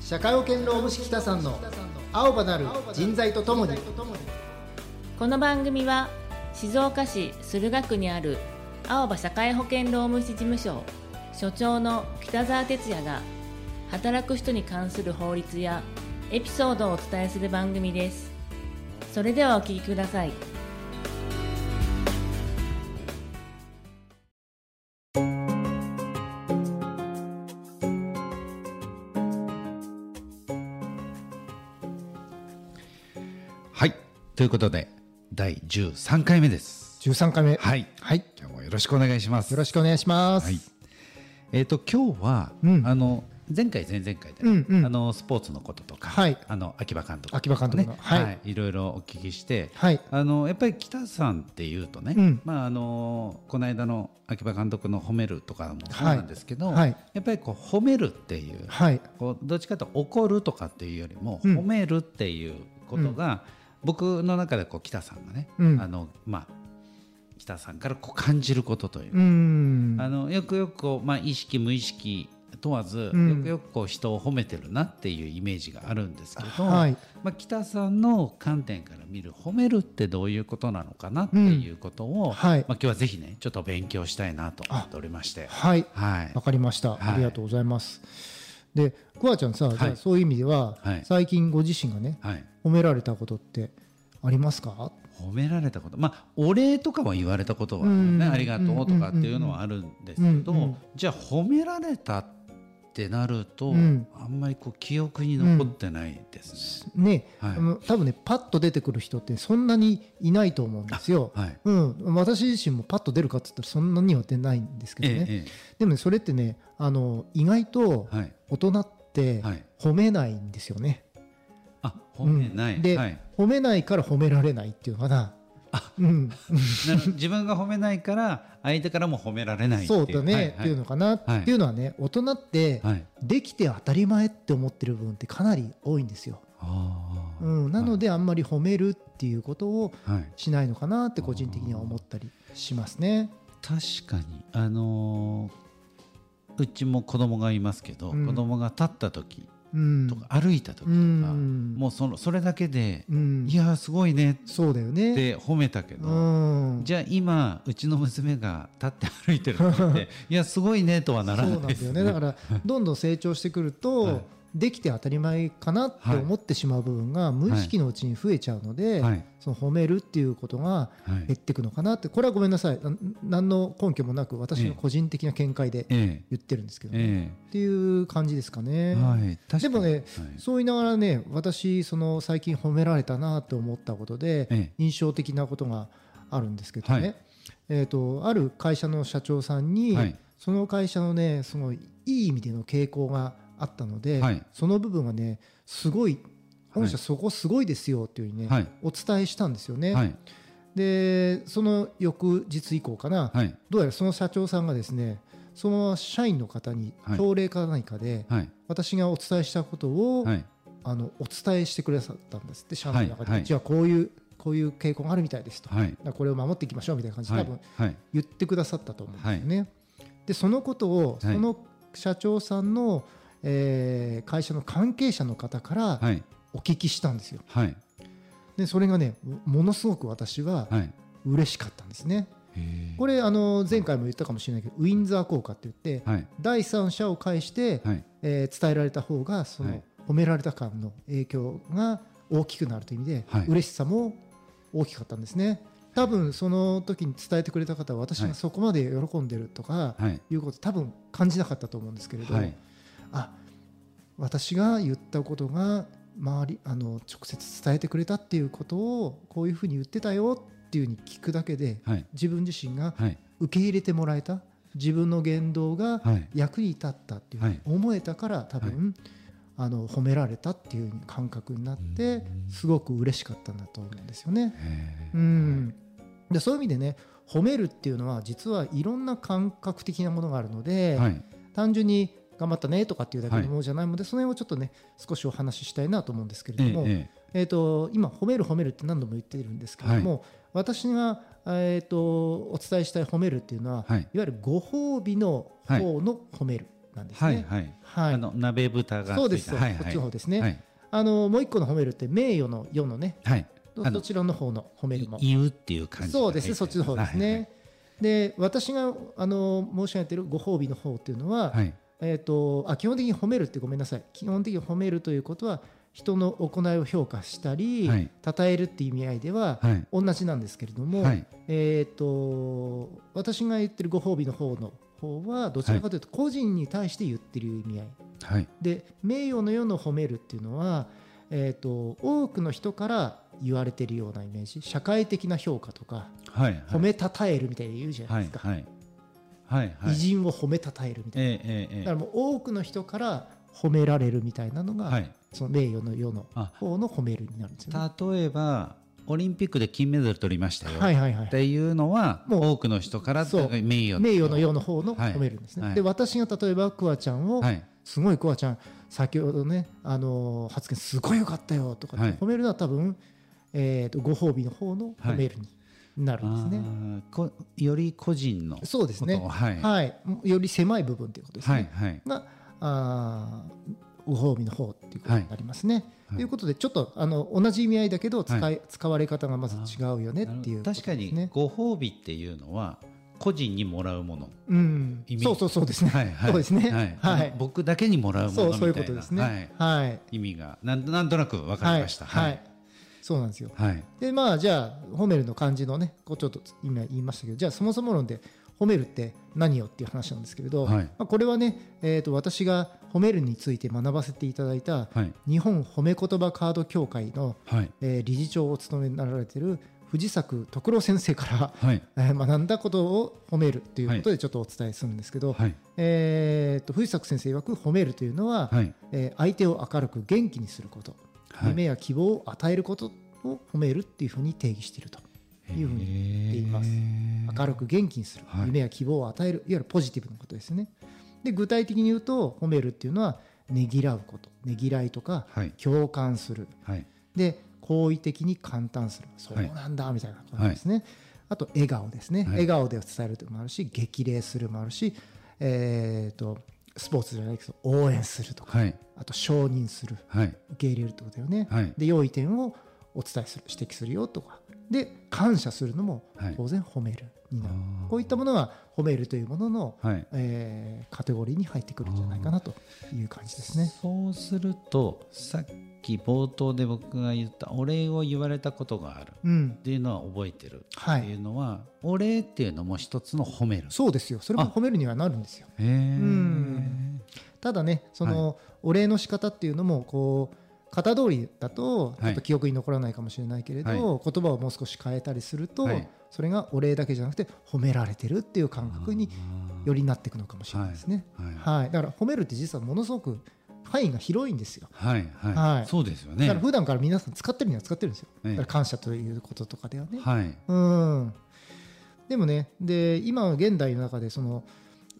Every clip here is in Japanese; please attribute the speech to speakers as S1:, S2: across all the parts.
S1: 社会保険労務士北さんの青葉なる人材とともに
S2: この番組は静岡市駿河区にある青葉社会保険労務士事務所所長の北澤哲也が働く人に関する法律やエピソードをお伝えする番組ですそれではお聞きください
S3: はい。ということで、第13回目です。
S1: 13回目
S3: はい。
S1: はい
S3: 今日もよろしくお願いします。
S1: よろしくお願いします、
S3: はい。えっ、と、今日は、
S1: うん
S3: あの、前回、前々回で、
S1: うんうん
S3: あの、スポーツのこととか、
S1: はい
S3: あの、秋葉監督、
S1: 秋葉監督の
S3: ね、
S1: は
S3: はいい、い。ろいろお聞きして、
S1: はい
S3: あの、やっぱり北さんっていうとね、
S1: うん
S3: まあ、あの、この間の秋葉監督の褒めるとかもそうなんですけど、
S1: はいはい
S3: やっぱりこう、褒めるっていう、
S1: はい
S3: こうどっちかというと怒るとかっていうよりも
S1: うん
S3: 褒めるっていうことが、僕の中でこう北さんがね、
S1: うん
S3: あのまあ、北さんからこう感じることという
S1: う
S3: か、
S1: ーん
S3: あのよくよくこう、まあ、意識無意識問わず、
S1: うん
S3: よくよくこう人を褒めてるなっていうイメージがあるんですけど、
S1: はい
S3: まあ、北さんの観点から見る褒めるってどういうことなのかなっていうことを、
S1: んはい
S3: まあ、今日はぜひねちょっと勉強したいなと思っておりまして。
S1: はい
S3: はい
S1: わ、かりました、
S3: はい
S1: ありがとうございますでクワちゃんさ、
S3: い
S1: じゃあそういう意味では、
S3: はい
S1: 最近ご自身がね
S3: はい
S1: 褒められたことってありますか
S3: 褒められたことまあお礼とかは言われたことは
S1: うん
S3: ねありがとうとかっていうのはあるんですけ
S1: うんうん
S3: どじゃあ褒められたってなると
S1: うん
S3: あんまりこう記憶に残ってないですね。
S1: ね、
S3: はい
S1: あの多分ねパッと出てくる人ってそんなにいないと思うんですよ、
S3: はい
S1: うん、私自身もパッと出るかって言ったらそんなには出ないんですけどね、
S3: えええ
S1: でもねそれってねあの意外と
S3: えはい
S1: 大人って
S3: はい
S1: 褒めないんですよね、
S3: あ褒めな
S1: うん
S3: い
S1: で、
S3: はい
S1: 褒めないから褒められないっていうのかな
S3: あ
S1: うん、
S3: なるほど自分が褒めないから相手からも褒められないってい
S1: そうだね、
S3: はいは
S1: っていうのかな、
S3: はい
S1: っていうのはね大人って
S3: はい
S1: できて当たり前って思ってる部分ってかなり多いんですよ、
S3: あー
S1: うん、なのであんまり褒めるっていうことを
S3: はい
S1: しないのかなって個人的には思ったりしますね。
S3: 確かにあのーうちも子供がいますけど
S1: うん
S3: 子供が立った時
S1: うん、
S3: とか歩いた時と
S1: う
S3: か
S1: ん、
S3: もうそのそれだけで、
S1: うん、
S3: いやーすごいね
S1: そうだよ
S3: っ
S1: ね。
S3: て褒めたけど、
S1: うん、
S3: じゃあ今うちの娘が立って歩いてるって いやすごいねとはなら
S1: そう
S3: な
S1: なんだ
S3: いで
S1: よ
S3: す
S1: ね。だからどんどん成長してくると、
S3: はい
S1: できて当たり前かなって思ってしまう部分が無意識のうちに増えちゃうので、
S3: はい
S1: その褒めるっていうことが
S3: はい
S1: 減っていくのかなってこれはごめんなさいな何の根拠もなく私の個人的な見解で
S3: え
S1: 言ってるんですけ
S3: え
S1: ど、ね
S3: え
S1: っていう感じですかね。
S3: えはい確かに
S1: でもね
S3: はい
S1: そう言いながらね私その最近褒められたなと思ったことで、
S3: え
S1: 印象的なことがあるんですけどね、
S3: はい
S1: えー、とある会社の社長さん
S3: え
S1: に、
S3: はい
S1: その会社のねそのいい意味での傾向があったので、
S3: はい
S1: その部分がねすごい本社
S3: は
S1: そこすごいですよっていうふうにね、
S3: はい
S1: お伝えしたんですよね、
S3: はい
S1: でその翌日以降かな、
S3: はい
S1: どうやらその社長さんがですねその社員の方に
S3: はい
S1: 朝礼か何かで、
S3: はい
S1: 私がお伝えしたことを、
S3: はい
S1: あのお伝えしてくださったんですって社内の中で、
S3: はいはいう
S1: ちはこういうこういう傾向があるみたいですと、
S3: はい
S1: だからこれを守っていきましょうみたいな感じで
S3: は
S1: 多
S3: い
S1: 分
S3: はい
S1: 言ってくださったと思うんですよね。でそのことをそ
S3: はい
S1: の社長さんの、えー会社の関係者の方から
S3: はい
S1: お聞きしたんですよ。
S3: はい
S1: でそれがねものすごく私は
S3: はい
S1: 嬉しかったんですね。
S3: へえ
S1: これあの前回も言ったかもしれないけどウィンザー効果って言って
S3: はい
S1: 第三者を介して、
S3: はい
S1: えー伝えられた方がその、
S3: はい
S1: 褒められた感の影響が大きくなるという意味で、
S3: はい
S1: 嬉しさも大きかったんですね多分その時に伝えてくれた方は私
S3: は
S1: が
S3: い
S1: そこまで喜んでるとか
S3: はい
S1: いうこと多分感じなかったと思うんですけれど、
S3: はい
S1: あ私が言ったことが周りあの直接伝えてくれたっていうことをこういうふうに言ってたよっていうふうに聞くだけで
S3: はい
S1: 自分自身が
S3: はい
S1: 受け入れてもらえた自分の言動が
S3: はい
S1: 役に立ったっていうふうに思えたから多分、あの褒められたっていう感覚になって
S3: うん
S1: すごく嬉しかったんだと思うんですよね。
S3: へ
S1: う
S3: え
S1: んでそういう意味でね褒めるっていうのは実はいろんな感覚的なものがあるので、
S3: はい
S1: 単純に頑張ったねとかっていうだけのものじゃないので、その辺をちょっとね少しお話ししたいなと思うんですけれ
S3: え
S1: ども、
S3: ええ
S1: えー、と今、褒める褒めるって何度も言ってるんですけれども、私が、えー、とお伝えしたい褒めるっていうのは、
S3: はい
S1: いわゆるご褒美の方の褒めるなんです
S3: はい
S1: ね。
S3: はい。
S1: はい、
S3: あの鍋豚がついた
S1: そうです、そう
S3: はい
S1: こっ
S3: は
S1: ち
S3: い
S1: の方ですね、
S3: はい
S1: あのもう一個の褒めるって名誉の世のね
S3: はい。
S1: ど
S3: あの
S1: どちらの方の褒めるも
S3: 言うっていう感じが
S1: そうです
S3: 入
S1: ね
S3: って
S1: そっちの方ですね、。で私があの申し上げてるご褒美の方っていうのは、
S3: はいはいはい
S1: えー、とあ基本的に褒めるってごめんなさい基本的に褒めるということは人の行いを評価したり、
S3: はい
S1: 称えるっていう意味合いでは、
S3: はい
S1: 同じなんですけれども、
S3: はい
S1: えー、と私が言ってるご褒美の方の方はどちらかというと個人に対して言ってる意味合い
S3: はい
S1: で名誉の世の褒めるっていうのは、えー、と多くの人から言われてるようなイメージ社会的な評価とか
S3: はいはい
S1: 褒めたたえるみたいに言うじゃない
S3: は
S1: で
S3: い
S1: すか、
S3: はいはいはい。
S1: 偉人を褒めたたえるみたいな、
S3: ええええ
S1: だ
S3: え
S1: からもう多くの人から褒められるみたいなのが、
S3: えはい。
S1: その名誉の世の
S3: あ
S1: 方の褒めるになるんですよね。
S3: 例えばオリンピックで金メダル取りましたよ。
S1: はいはいは
S3: っ
S1: い、
S3: ていうのは
S1: もう
S3: 多くの人から名
S1: そう
S3: 誉
S1: 名誉の世の方の
S3: はい
S1: 褒めるんですね。
S3: はい
S1: で私が例えばクワちゃんを、
S3: はい
S1: すごいコアちゃん先ほどね、あのー発言すごい良かったよとかって
S3: はい
S1: 褒めるのは多分、えー、とご褒美の方の
S3: はい
S1: 褒めるになるんですね。
S3: あーこより個人の
S1: そうですね
S3: ことをはいは
S1: はい、より狭い部分ということですね。
S3: いはい
S1: があーご褒美の方っていうことになりますね。
S3: はい
S1: ということでちょっとあの同じ意味合いだけど使い、
S3: は
S1: 使われ方がまず違うよねっていうことです、ね、
S3: 確かにご褒美っていうのは個人にもらうもの
S1: うん
S3: イメージ
S1: そうそうそうですね。
S3: はいはい
S1: そうですね。
S3: はい
S1: はい
S3: 僕だけにもらうも
S1: そ
S3: の
S1: う
S3: みたいな
S1: そういうことですね。はい
S3: 意味がなんなんとなく分かりました
S1: はい、
S3: は
S1: はいい、そうなんですよ。
S3: はい
S1: でまあじゃあ褒めるの漢字のねこうちょっと今言いましたけどじゃあそもそも論で褒めるって何よっていう話なんですけれど、
S3: はい
S1: まあ、これはね、えー、と私が褒めるについて学ばせていただいた
S3: はい
S1: 日本褒め言葉カード協会の、
S3: はい
S1: えー理事長を務めになられてる藤作徳郎先生か
S3: はい
S1: ら、え ー学んだことを褒めるということでちょっとお伝えするんですけど、
S3: はい
S1: えー、と藤作先生曰く褒めるというのは、
S3: はい
S1: えー相手を明るく元気にすること、夢や希望を与えることを褒めるっていうふうに定義しているというふうに言っています明るく元気にする、
S3: はい
S1: 夢や希望を与えるいわゆるポジティブなことですよねで具体的に言うと褒めるっていうのはねぎらうことねぎらいとか
S3: はい
S1: 共感する
S3: はい
S1: で好意的に感嘆するそう
S3: はい
S1: なんだみたいなことですね、あと笑顔ですね、
S3: はい
S1: 笑顔で伝えるというのもあるし激励するもあるしえー、とスポーツじゃないけど応援するとか
S3: はい
S1: あと承認する
S3: はい
S1: 受け入れるってことだよね、
S3: はい
S1: で良い点をお伝えする指摘するよとかで感謝するのも
S3: はい
S1: 当然褒めるになる、
S3: あー
S1: こういったものは褒めるというものの、
S3: はい
S1: えーカテゴリーに入ってくるんじゃないかなという感じですね。
S3: そうするとさっき冒頭で僕が言ったお礼を言われたことがある
S1: うん
S3: っ、ていうのは覚えてる
S1: は
S3: ってい
S1: いう
S3: のは、お礼っていうのも一つの褒める。
S1: そうですよそれも褒めるにはなるんですよ
S3: へー
S1: んただねその、お礼の仕方っていうのもこう型通りだとちょっと記憶に残らないかもしれないけれど、
S3: はい
S1: 言葉をもう少し変えたりすると、
S3: はい
S1: それがお礼だけじゃなくて褒められてるっていう感覚によりなっていくのかもしれないですね。
S3: はい
S1: はい、だから褒めるって実はものすごく範囲が広いんですよ。
S3: はいはい、
S1: はい
S3: そうですよ
S1: だ
S3: ね。
S1: から普段から皆さん使ってるには使ってるんですよ。
S3: ええ
S1: だから感謝ということとかではね。
S3: はい
S1: うん。でもね、で今現代の中でその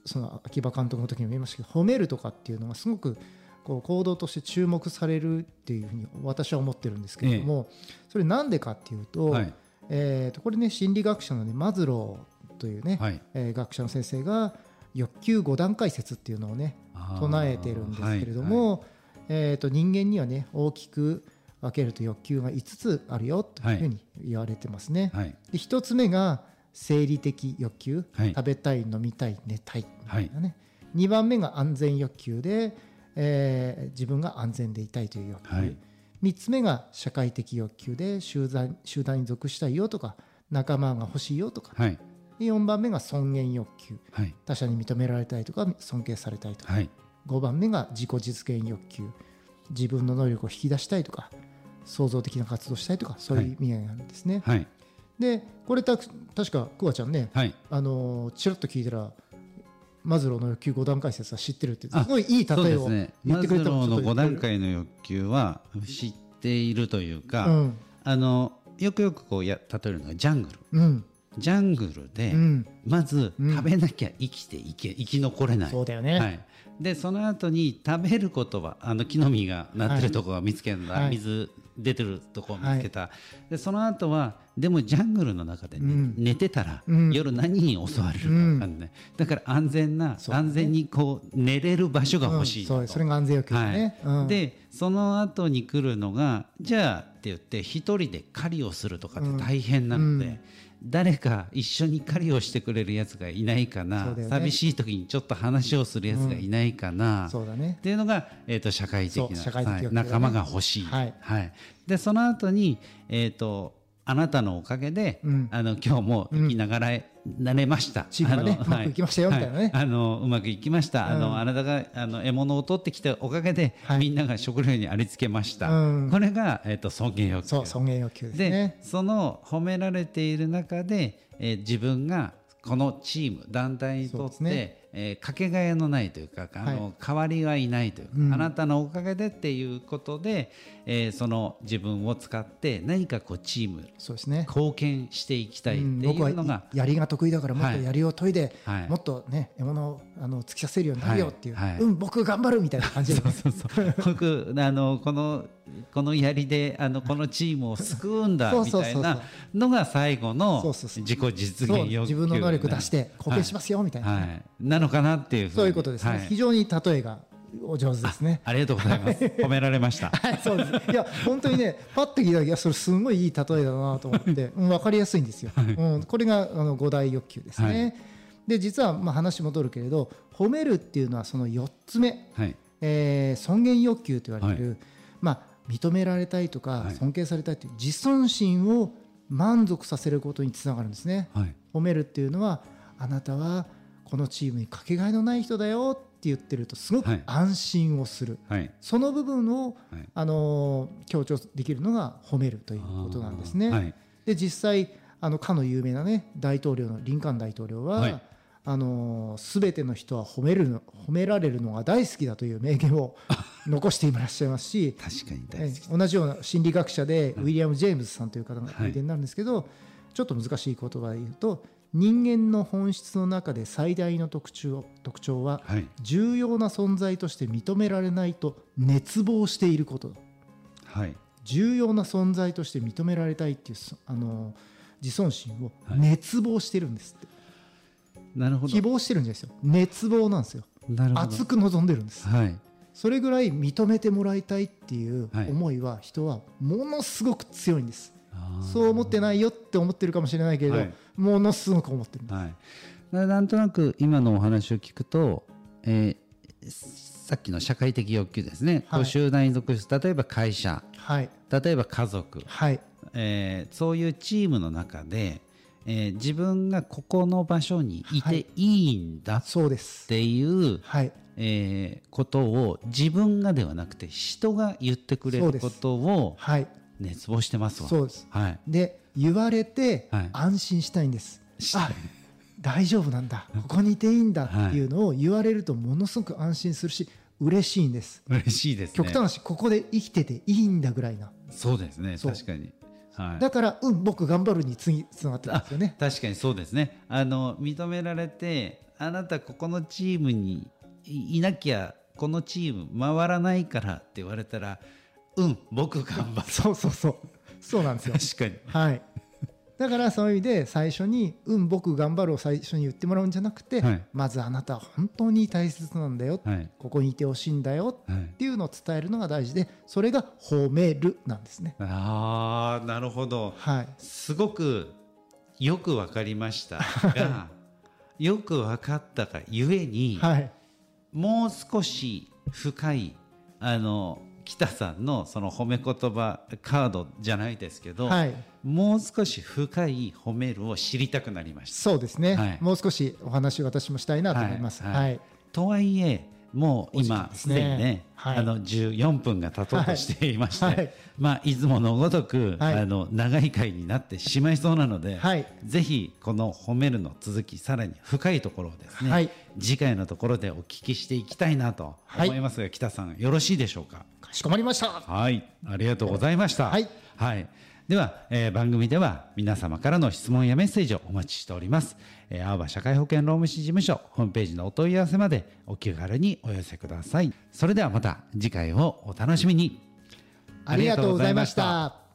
S1: その秋葉監督の時にも言いましたけど、褒めるとかっていうのがすごくこう行動として注目されるっていうふうに私は思ってるんですけれども、それなんでかっていうと、
S3: はい
S1: えーとこれね心理学者のねマズローというね、
S3: はい
S1: えー学者の先生が欲求5段階説っていうのをね
S3: あー
S1: 唱えてるんですけれども、えー、と人間にはね大きく分けると欲求が5つあるよというふうに言われてますね。
S3: はいはい
S1: で1つ目が生理的欲求、
S3: はい
S1: 食べたい飲みたい寝たいみたいなね、2番目が安全欲求で、えー自分が安全でいたいという欲求、
S3: はい
S1: 3つ目が社会的欲求で集団集団に属したいよとか仲間が欲しいよとか、
S3: はい
S1: で4番目が尊厳欲求
S3: はい
S1: 他者に認められたいとか尊敬されたいとか、
S3: はい
S1: 5番目が自己実現欲求自分の能力を引き出したいとか創造的な活動したいとかそういう意味合いがあるんですね、
S3: はい
S1: でこれた確かクワちゃんね、
S3: はい
S1: あのーちらっと聞いたらマズローの欲求5段階説は知ってるって
S3: あ
S1: すごいいい例
S3: そう
S1: え
S3: で
S1: を
S3: すね。
S1: 言っ
S3: マ
S1: て
S3: ズ
S1: く
S3: ロ
S1: れた
S3: ーの5段
S1: ち
S3: 階の欲求は知っているという
S1: ょっ
S3: か、
S1: と言って
S3: あのよくよくこうや例えるのがジャングル。
S1: うんうん
S3: ジャングルで、
S1: うん
S3: まず
S1: うん
S3: 食べなきゃ生きていけ生き残れない。
S1: そうだよね、
S3: はい、でその後に食べることはあの木の実がなってるところが見つけるのは、
S1: はい
S3: 水出てるとこを見つけた、でその後はでもジャングルの中で、ね
S1: うん
S3: 寝てたら、
S1: うん
S3: 夜何に襲われるか分かんない、だから安全な、
S1: そうね
S3: 安全にこう寝れる場所が欲しいなと、
S1: そうそれが安全要求ですね、
S3: はい
S1: うん、
S3: でその後に来るのがじゃあって言って一人で狩りをするとかって大変なので、
S1: うんうん
S3: 誰か一緒に狩りをしてくれるやつがいないか
S1: そ
S3: な、
S1: うだよね
S3: 寂しい時にちょっと話をするやつがいないかな、
S1: そうだね
S3: っていうのが、えー、と社会的
S1: そう
S3: な
S1: 社会的
S3: はい
S1: 欲求だね
S3: 仲間が欲しい、
S1: はい
S3: でその後に、えー、とあなたのおかげで、
S1: うん
S3: あの今日も生きながらえ、なれました
S1: チームがね
S3: あの
S1: うまくいきましたよ
S3: はい
S1: みたいなね
S3: あ
S1: うん
S3: のうまくいきました、あのあなたがあの獲物を取ってきたおかげで、
S1: はい
S3: みんなが食料にありつけました、
S1: うん
S3: これが、えー、と尊厳欲求
S1: そう尊厳要求です
S3: で、
S1: ね
S3: その褒められている中で、えー自分がこのチーム団体にとっ
S1: そうです
S3: て、
S1: ね
S3: えーかけがえのないというかあの、
S1: は
S3: 代わりはいないというか、
S1: うん
S3: あなたのおかげでっていうことで、えーその自分を使って何かこうチームに
S1: そうですね
S3: 貢献していきたいって
S1: うん
S3: い
S1: 僕は
S3: うのが、
S1: やりが得意だからもっと
S3: はい
S1: やりを研いで、
S3: はい
S1: もっとね獲物をあの突き刺せるようになるよっていう、
S3: はいはい
S1: うん僕頑張るみたいな感じで、ね、
S3: そうそう 僕あのこのこの槍であのこのチームを救うんだ
S1: そう
S3: み
S1: そうそ
S3: た
S1: う
S3: い
S1: そう
S3: なのが最後の
S1: そうそうそう
S3: 自己実現
S1: そう
S3: 欲求
S1: 自分の能力出して貢献し
S3: ま
S1: ますすよみたいな、
S3: はい、なのかなっていうふに
S1: そういうことですね、
S3: はい
S1: 非常に例えがお上手ですね
S3: ありがとうござ います。褒められました。
S1: はい、そうです。いや、本当にね、パッと聞いた時、いや、それすごいいい例えだなと思って、うん、わかりやすいんですよ。うん、これが、あの、五大欲求ですね。
S3: は
S1: で、実は、まあ、話戻るけれど、褒めるっていうのは、その四つ目。
S3: はい。
S1: えー尊厳欲求と言われる、まあ、認められたいとか
S3: はい、
S1: 尊敬されたいという自尊心を満足させることにつながるんですね。
S3: はい。
S1: 褒めるっていうのはあなたはこのチームにかけがえのない人だよって言ってるとすご
S3: は
S1: く
S3: い
S1: 安心をする、
S3: はい。
S1: その部分を
S3: はい。
S1: あの強調できるのが褒めるということなんですね。
S3: はい。
S1: で実際あのかの有名なね大統領のリンカーン大統領は、
S3: はい
S1: あの全ての人は褒めるの褒められるのが大好きだという名言を残していらっしゃいますし
S3: 確かに大好き。
S1: 同じような心理学者でウィリアム・ジェームズさんという方が
S3: はい
S1: 名言になるんですけど、ちょっと難しい言葉で言うと人間の本質の中で最大の特徴特徴は
S3: はい。
S1: 重要な存在として認められないと熱望していること
S3: はい。
S1: 重要な存在として認められたいっていうそあの自尊心を
S3: はい
S1: 熱望してるんですって、
S3: なるほ
S1: 希
S3: ど。
S1: 望してるんじゃないですよ熱望なんですよ
S3: なるほ
S1: 熱
S3: ど。
S1: く望んでるんです
S3: はい。
S1: それぐらい認めてもらいたいっていう
S3: はい
S1: 思いは人はものすごく強いんです、
S3: あー
S1: そう思ってないよって思ってるかもしれないけれど、
S3: はい
S1: ものすごく思ってるんです、
S3: はい。だからなんとなく今のお話を聞くと、えーさっきの社会的欲求ですね。
S1: はい
S3: こう集団に属す例えば会社、
S1: はい
S3: 例えば家族、
S1: はい
S3: えーそういうチームの中で、えー自分がここの場所にい
S1: はい
S3: ていいんだっ
S1: そうです
S3: ていう
S1: はい
S3: えーことを自分がではなくて人が言ってくれ
S1: そうで
S3: る
S1: す
S3: ことを
S1: はい
S3: 熱望してますわ。
S1: そうです
S3: はい、
S1: で言われて
S3: はい
S1: 安心したいんです、
S3: したい
S1: あ大丈夫なんだここにいていいんだっていうのを言われるとものすごく安心するし嬉しいんです
S3: 嬉しいですね。
S1: 極端な話ここで生きてていいんだぐらいな
S3: そうですね
S1: そう
S3: 確かに、はい、
S1: だからうん僕頑張るに次つながってたんですよね
S3: 確かにそうですねあの認められてあなたここのチームにいいなきゃこのチーム回らないからって言われたらうん僕頑張る
S1: そうそうそうそうなんですよ
S3: 確かに
S1: はいだからそういう意味で最初に「うん僕頑張る」を最初に言ってもらうんじゃなくて、
S3: はい
S1: まずあなたは本当に大切なんだよ、
S3: はい
S1: ここにいてほしいんだよ
S3: はい
S1: っていうのを伝えるのが大事でそれが「褒める」なんですね
S3: ああなるほど
S1: はい
S3: すごくよくわかりま したがよくわかったがゆえに、
S1: はい
S3: もう少し深いあの北さんのその褒め言葉カードじゃないですけど、
S1: はい
S3: もう少し深い褒めるを知りたくなりました。
S1: そうですね、
S3: はい
S1: もう少しお話を私もしたいなと思います。は、
S3: はいい
S1: は
S3: はいいとはいえもう今
S1: お時間です
S3: す
S1: ね
S3: でにね、
S1: はい
S3: あの14分が経とうとしていまして、
S1: はい
S3: まあ、いつものごとく、
S1: はい
S3: あの長い回になってしまいそうなので、
S1: はい
S3: ぜひこの褒めるの続きさらに深いところをですね、
S1: はい
S3: 次回のところでお聞きしていきたいなと思いますが、北さんよろしいでしょうか。
S1: かしこまりました。
S3: はい、ありがとうございました。
S1: はい、
S3: では、えー番組では皆様からの質問やメッセージをお待ちしております。えー、青葉社会保険労務士事務所ホームページのお問い合わせまでお気軽にお寄せください。それではまた次回をお楽しみに。
S1: ありがとうございまし
S3: ありがとうございま
S1: た。